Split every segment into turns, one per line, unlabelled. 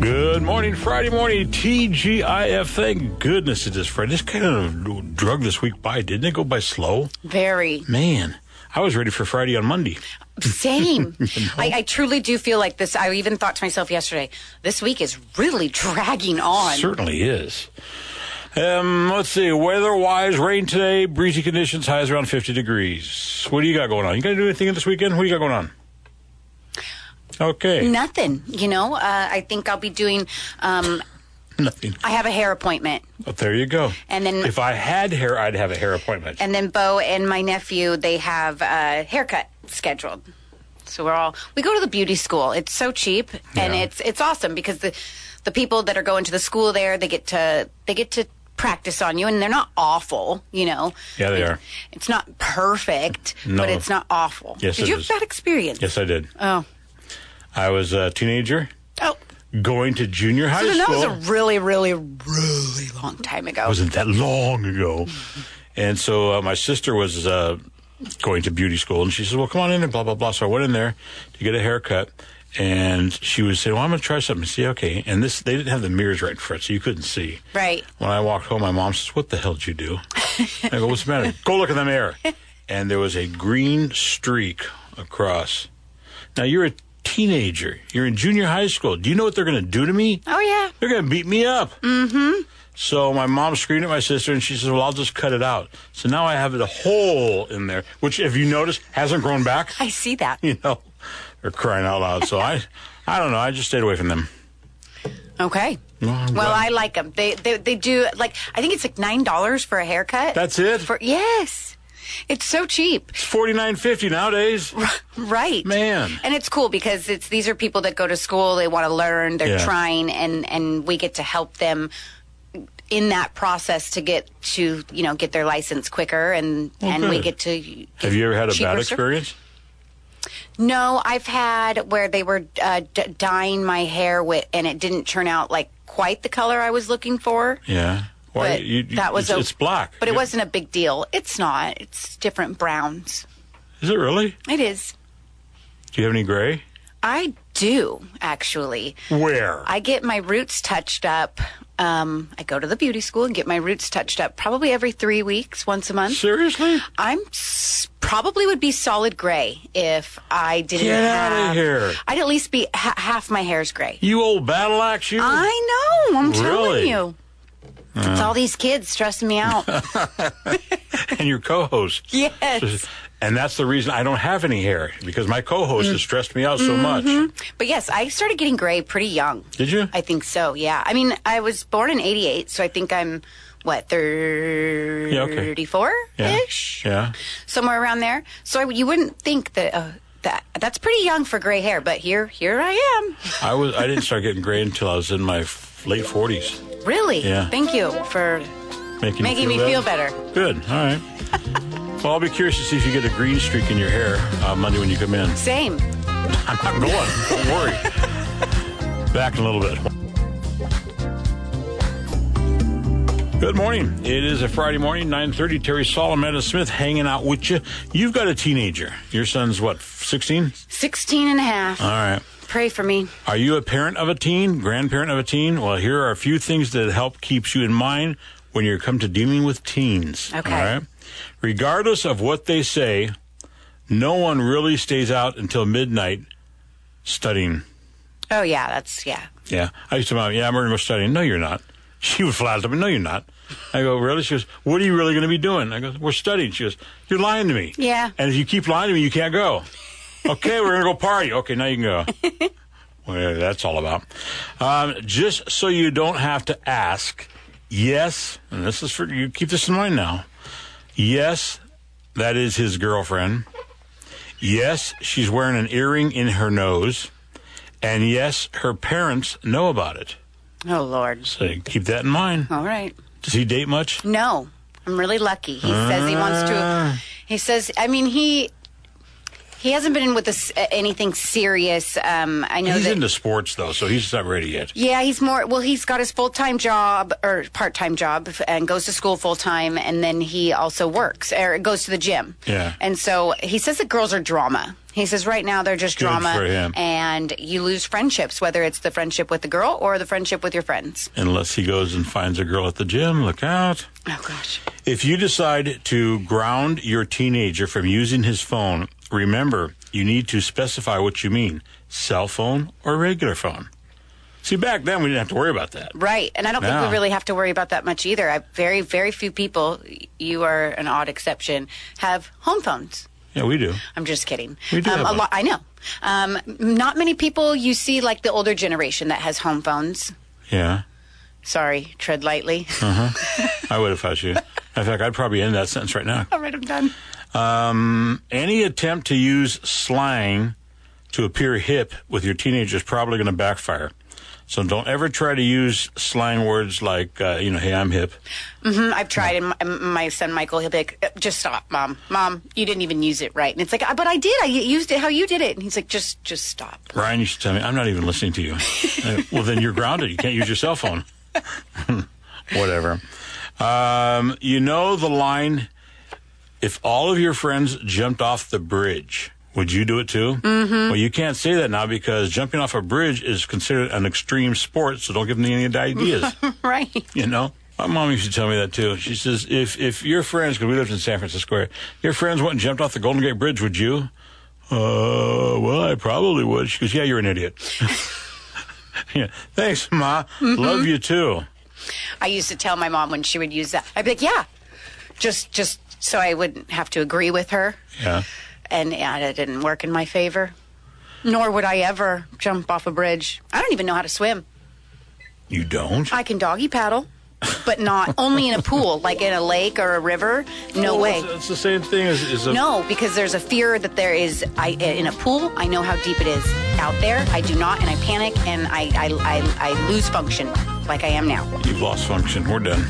Good morning, Friday morning, TGIF. Thank goodness it is Friday. This kind of drug this week by, didn't it go by slow?
Very.
Man, I was ready for Friday on Monday.
Same. I, I truly do feel like this. I even thought to myself yesterday, this week is really dragging on.
Certainly is. Um, let's see. Weather wise, rain today, breezy conditions, highs around 50 degrees. What do you got going on? You got to do anything this weekend? What do you got going on? Okay.
Nothing, you know. Uh, I think I'll be doing. Um,
Nothing.
I have a hair appointment,
Well, there you go.
And then-
if I had hair, I'd have a hair appointment.
and then Bo and my nephew they have a haircut scheduled. So we're all we go to the beauty school. It's so cheap, and
Yeah.
it's it's awesome because the the people that are going to the school there they get to they get to practice on you, and they're not awful, you know.
Yeah, they
Like,
are.
It's not perfect,
No.
but it's not awful.
Yes,
Did
it
you have
is.
that experience?
yes, I did.
Oh,
I was a teenager
oh.
going to junior high
So then that
school.
was a really, really, really long time ago.
wasn't that long ago. And so uh, my sister was uh, going to beauty school, and she says, "Well, come on in and blah blah blah." So I went in there to get a haircut, and she was saying, "Well, I'm going to try something." See, okay. And this, they didn't have the mirrors right in front, so you couldn't see.
Right.
When I walked home, my mom says, "What the hell did you do?" I go, "What's the matter? Go look in the mirror." And there was a green streak across. Now you're a teenager. You're in junior high school. Do you know what they're going to do to me?
Oh yeah.
They're going to beat me up. Mm-hmm. So my mom screamed at my sister, and she says, "Well, I'll just cut it out." So now I have a hole in there, which, if you notice, hasn't grown back.
I see that.
You know, they're crying out loud. So I, I don't know. I just stayed away from them.
Okay.
I'm
well,
glad.
I like them. They, they they do like I think it's like nine dollars for a haircut.
That's it.
for yes, it's so cheap,
It's forty nine fifty nowadays.
right?
Man.
and it's cool because it's these are people that go to school. They want to learn. They're
Yeah.
trying, and and we get to help them in that process to get to you know get their license quicker, and
Well,
and we
Oh, good.
get to. Get
Have you ever had a
cheaper
bad
ser-
experience?
No, I've had where they were uh, d- dyeing my hair with, and it didn't turn out like quite the color I was looking for.
Yeah. Why?
but that was
it's,
a,
it's black.
but it
You-
wasn't a big deal. It's not. It's different browns.
Is it really?
It is.
Do you have any gray?
I do actually.
Where?
I get my roots touched up. Um, I go to the beauty school and get my roots touched up probably every three weeks, once a month.
Seriously?
I'm s- probably would be solid gray if I didn't
Get
have.
outta here.
I'd at least be ha- half my hair's gray.
You old battle axe, you?
I know. I'm telling
Really?
you. It's all these kids stressing me out.
and your co-host.
yes.
And that's the reason I don't have any hair because my co-host has stressed me out so much.
But yes, I started getting gray pretty young.
Did you?
I think so, yeah. I mean, I was born in 88, so I think I'm, what, 34
yeah.
ish?
Yeah.
Somewhere around there. So I, you wouldn't think that. Uh, that, that's pretty young for gray hair, but here, here I
I was. I didn't start getting gray until I was in my f- late forties.
am. Really?
Yeah.
Thank you for
Making,
making me
you
feel better.
Good. All right. well, I'll be curious to see if you get a green streak in your hair uh, Monday when you come in.
Same.
I'm not going. Don't worry. Back in a little bit. Good morning. It is a Friday morning, 9.30. Terry Solomon and Smith hanging out with you. You've got a teenager. Your son's, what, 16?
16 and a half.
All right.
Pray for me.
Are you a parent of a teen, grandparent of a teen? Well, here are a few things that help keeps you in mind when you come to dealing with teens.
Okay.
All right. Regardless of what they say, no one really stays out until midnight studying.
Oh, yeah, that's, yeah.
Yeah. I used to mom, yeah, I'm going to go studying. No, you're not. She would flat out tell me, no, you're not. I go, really? She goes, what are you really going to be doing? I go, we're studying. She goes, you're lying to me.
Yeah.
And if you keep lying to me, you can't go. okay, we're going to go party. Okay, now you can go. well, that's all about. Um, just so you don't have to ask, yes, and this is for you, keep this in mind now. Yes, that is his girlfriend. Yes, she's wearing an earring in her nose. And yes, her parents know about it.
Oh, Lord.
So keep that in mind.
All right.
Does he date much?
No,
Ah.
I'm really lucky. He says he wants to. He says, I mean, he He hasn't been in with us uh, anything serious. Um, I know
He's
that.
into sports though, so he's not ready yet.
yeah, he's more. Well, he's got his full time job or part time job and goes to school full time, and then he also works or goes to the gym.
Yeah.
And so he says that girls are drama. He says right now they're just
Good
drama,
for him.
and you lose friendships, whether it's the friendship with the girl or the friendship with your friends.
Unless he goes and finds a girl at the gym, look out.
Oh gosh.
If you decide to ground your teenager from using his phone, remember you need to specify what you mean cell phone or regular phone. See, back then we didn't have to worry about that.
Right. And I don't think
Yeah.
we really have to worry about that much either. I, very, very few people, y- you are an odd exception, have home phones.
Yeah, we do.
I'm just kidding.
We do
um,
have
a
one.
lot. I know. Um, not many people you see like the older generation that has home phones.
Yeah.
Sorry, tread lightly.
Uh-huh. I would if I was you. In fact, I'd probably end that sentence right now.
All right, I'm done.
Um, any attempt to use slang to appear hip with your teenager is probably going to backfire. So don't ever try to use slang words like, uh, you know, hey, I'm hip.
Mm, I've tried, and my, m- my son Michael, he'll be like, "Uh, just stop, mom. Mom, you didn't even use it right. And it's like, "Uh, but I did. I used it how you did it. And he's like, just, just stop.
Ryan, you should tell me, I'm not even listening to you. Uh, well, then you're grounded. You can't use your cell phone. Whatever. Um, you know the line, if all of your friends jumped off the bridge, would you do it too? Mm-hmm. Well, you can't say that now because jumping off a bridge is considered an extreme sport, so don't give them any ideas.
right.
You know, my mom used to tell me that too. She says, if if your friends, because we lived in San Francisco, area, your friends went and jumped off the Golden Gate Bridge, would you? Uh, well, I probably would. She goes, yeah, you're an idiot. yeah, thanks, ma. Love you too.
I used to tell my mom when she would use that. I'd be like, "Yeah, just just so I wouldn't have to agree with her."
Yeah.
And yeah, it didn't work in my favor. Nor would I ever jump off a bridge. I don't even know how to swim.
You don't?
I can doggy paddle, but not only in a pool, like in a lake or a river. No
Well,
way.
Oh, It's, it's the same thing as, as a.
No, because there's a fear that there is I, in a pool. I know how deep it is. Out there, I do not, and I panic, and I I, I, I lose function, like I am now.
You've lost function. We're done.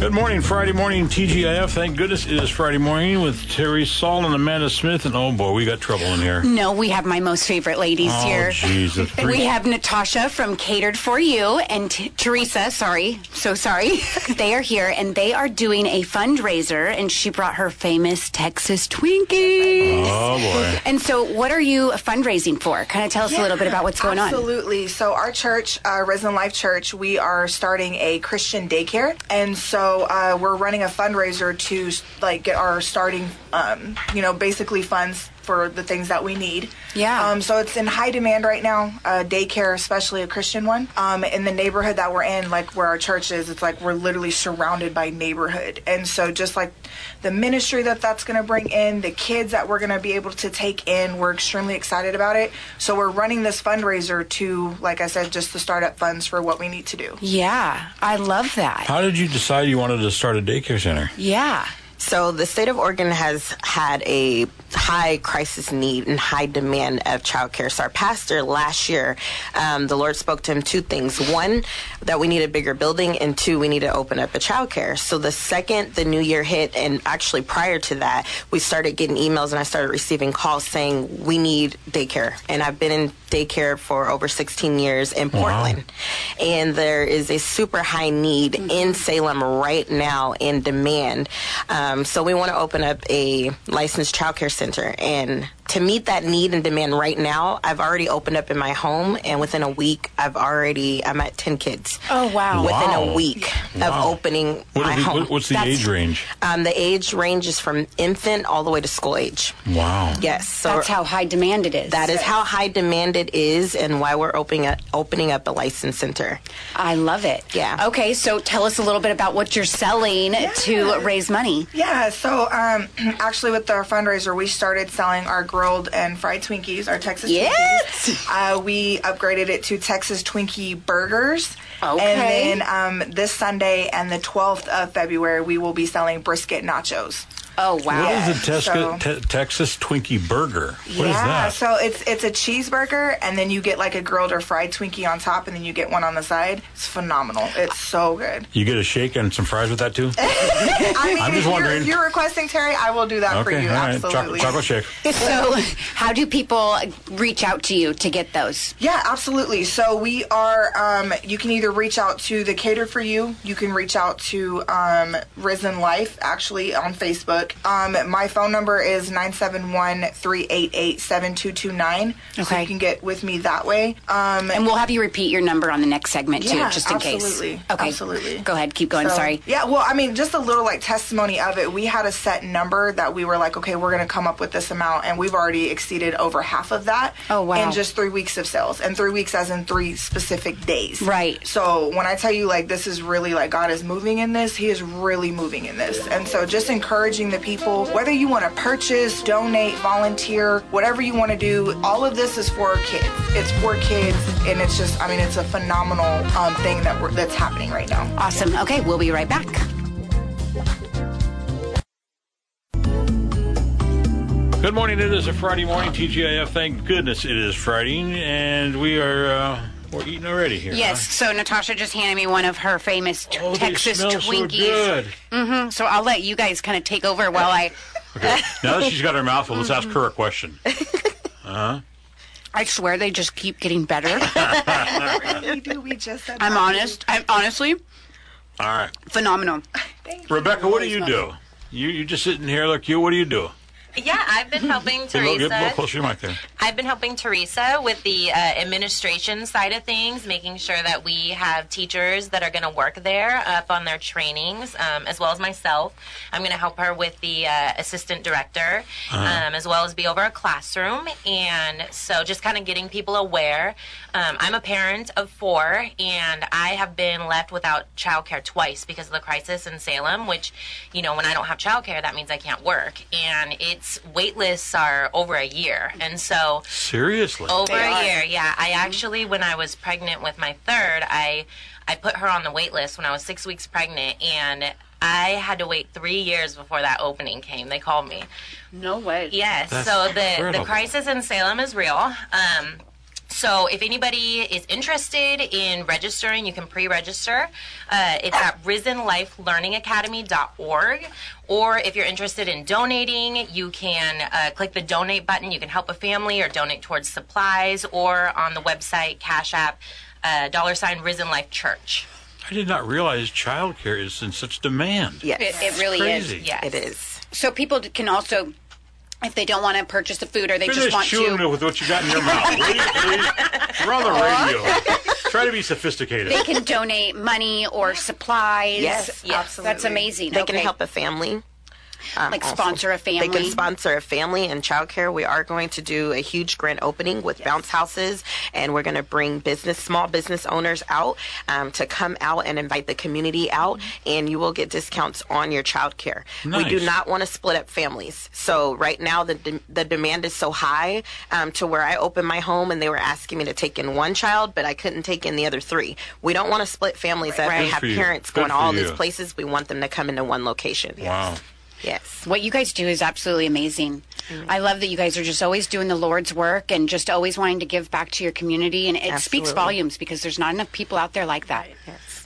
Good morning, Friday morning, TGIF. Thank goodness it is Friday morning with Terry Saul and Amanda Smith. And oh boy, we got trouble in here.
No, we have my most favorite ladies
Oh,
here.
jeez, the three-
We have Natasha from Catered for You and T- Teresa. Sorry, so sorry. they are here and they are doing a fundraiser, and she brought her famous Texas Twinkies.
Oh boy.
And so, what are you fundraising for? Kind of tell us a little bit about what's going on.
Absolutely. So our church, uh, Risen Life Church, we are starting a Christian daycare, and so uh, we're running a fundraiser to like get our starting, um, you know, basically funds for the things that we need.
Yeah.
Um, so it's in high demand right now. Uh, daycare, especially a Christian one, um, in the neighborhood that we're in, like where our church is, it's like we're literally surrounded by neighborhood, and so just like the ministry that that's going to bring in, the kids that we're going to be able to take in, we're extremely excited about it. So we're running this fundraiser to, like I said, just the startup funds for what we need to do.
Yeah, I love that.
How did you decide you wanted to start a daycare center?
Yeah.
So the state of Oregon has had a high crisis need and high demand of childcare. So our pastor last year, um, the Lord spoke to him two things: one, that we need a bigger building, and two, we need to open up a childcare. So the second the new year hit, and actually prior to that, we started getting emails and I started receiving calls saying we need daycare. And I've been in daycare for over 16 years in Portland and there is a super high need
Mm-hmm.
in Salem right now in demand. Um, so we want to open up a licensed childcare center, and to meet that need and demand right now, I've already opened up in my home, and within a week, I've already I'm at ten kids.
Oh, wow.
Within
Wow.
a week
Wow.
of opening
What
my
are the-
home,
what- what's the
That's-
age range?
um, the age ranges from infant all the way to school age.
Wow.
Yes, so
That's how high demand it is.
that is how high demand it is, and why we're opening up, opening up a license center.
I love it.
Yeah.
Okay, so tell us a little bit about what you're selling to raise money.
Yeah, so um, actually, with our fundraiser, we started selling our grilled and fried Twinkies, our Texas
Yes.
Twinkies. Uh, we upgraded it to Texas Twinkie burgers.
Okay.
And then um, this Sunday and the 12th of February, we will be selling brisket nachos.
Oh, wow.
What is a Tesca,
so-
te- Texas Twinkie burger? What is
yeah,
that?
so it's it's a cheeseburger, and then you get like a grilled or fried Twinkie on top, and then you get one on the side. It's phenomenal. It's so good.
you get a shake and some fries with that too? Okay,
I mean,
I'm just
if, you're,
wondering.
if you're requesting Terry, I will do that for you.
all right. Choc-
Absolutely.
chocolate shake.
So, how do people reach out to you to get those?
Yeah, absolutely. So we are. Um, you can either reach out to the Cater for You. You can reach out to um, Risen Life actually on Facebook. Um, my phone number is 971-388-7229. So
Okay.
you can get with me that way. Um,
And we'll have you repeat your number on the next segment too,
Yeah,
just in
absolutely,
case. Okay,
absolutely.
Go ahead, keep going.
So-
Sorry.
Yeah, well, I mean, just a little like testimony of it. We had a set number that we were like, okay, we're going to come up with this amount, and we've already exceeded over half of that.
Oh, wow.
In just three weeks of sales, and three weeks as in three specific days.
Right.
So when I tell you like this is really like God is moving in this, He is really moving in this, and so just encouraging the people, whether you want to purchase, donate, volunteer, whatever you want to do, all of this is for kids. It's for kids, and it's just, I mean, it's a phenomenal um, thing that we're, that's happening right now.
Awesome. Okay, we'll be right back.
Good morning. It is a Friday morning. TGIF. Thank goodness it is Friday, and we are uh, we're eating already here.
Yes. So Natasha just handed me one of her famous t-
Huh? Oh,
Texas
they smell
Twinkies.
so good.
Mm, So I'll let you guys kind of take over while I.
Okay. now that she's got her mouth full, let's ask her a question.
I swear they just keep getting better.
we do. We just said
I'm honest. I'm honestly
All right,
phenomenal.
Rebecca, what do you do? You you just sitting here? Look, you. What do you do?
Yeah, I've been helping
Get a little- get a little
Teresa.
closer to your mic there.
I've been helping Teresa with the uh, administration side of things, making sure that we have teachers that are going to work there up on their trainings, um, as well as myself. I'm going to help her with the uh, assistant director, um, as well as be over a classroom. And so just kind of getting people aware. Um, I'm a parent of four, and I have been left without childcare twice because of the crisis in Salem, which, you know, when I don't have childcare, that means I can't work. And it's wait lists are over a year. And so
Seriously.
Oh.
over a year, yeah. I actually, when I was pregnant with my third, I I put her on the wait list when I was six weeks pregnant, and I had to wait three years before that opening came. They called me.
No way.
Yes.
That's
so the
incredible.
the crisis in Salem is real. Um, so if anybody is interested in registering, you can pre-register. Uh, it's at risenlifelearningacademy.org. Or if you're interested in donating, you can uh, click the donate button. You can help a family or donate towards supplies or on the website Cash App uh, dollar sign Risen Life Church.
I did not realize childcare is in such demand.
Yes,
It, it really
Crazy.
is.
Yes.
it is.
So people d- can also, if they don't want to purchase the food or they
Finish
just want
chewing
to,
with what you got in your mouth. Will you please? We're on the radio. Try to be sophisticated.
they can donate money or supplies.
Yes,
yes.
That's
Absolutely.
amazing.
They
Okay.
can help a family. um,
Like
also.
sponsor a family.
They can sponsor a family in childcare. We are going to do a huge grand opening with bounce houses, and we're going to bring business, small business owners out um, to come out and invite the community out, and you will get discounts on your childcare. We do
Nice.
not want to split up families. So right now the de- the demand is so high um, to where I opened my home and they were asking me to take in one child, but I couldn't take in the other three. We don't want to split families up.
Right.
We
Good
have
for you.
parents
Good
going
for
all
you.
these places. We want them to come into one location.
Wow.
Yes.
What you guys do is absolutely amazing. I love that you guys are just always doing the Lord's work and just always wanting to give back to your community. And it speaks
Absolutely.
volumes because there's not enough people out there like that.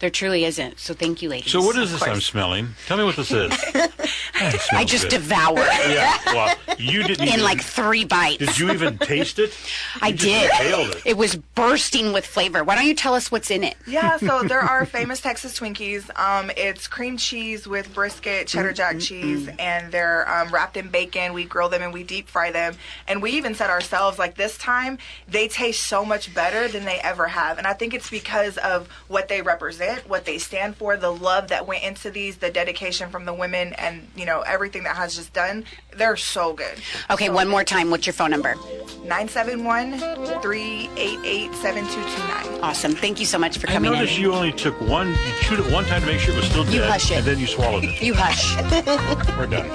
There truly isn't. So thank you, ladies.
So what is this I'm smelling? Tell me what this is. That smells
I just
good.
devoured
yeah. Well, you didn't.
in
even-
like three bites.
Did you even taste it?
I
You just
did.
inhaled it.
It was bursting with flavor. Why don't you tell us what's in it?
Yeah, so there are famous Texas Twinkies. Um, it's cream cheese with brisket, cheddar jack cheese, and they're um, wrapped in bacon. We grill them and we deep fry them. And we even said ourselves, like this time, they taste so much better than they ever have. And I think it's because of what they represent, what they stand for, the love that went into these, the dedication from the women, and you know everything that has just done. They're so good.
Okay, one more time. What's your phone number?
971-388-7229.
Awesome. Thank you so much for
I
coming in.
noticed you only took one. You chewed it one time to make sure it was still dead,
hush it.
and then you swallowed it.
you hush.
We're done.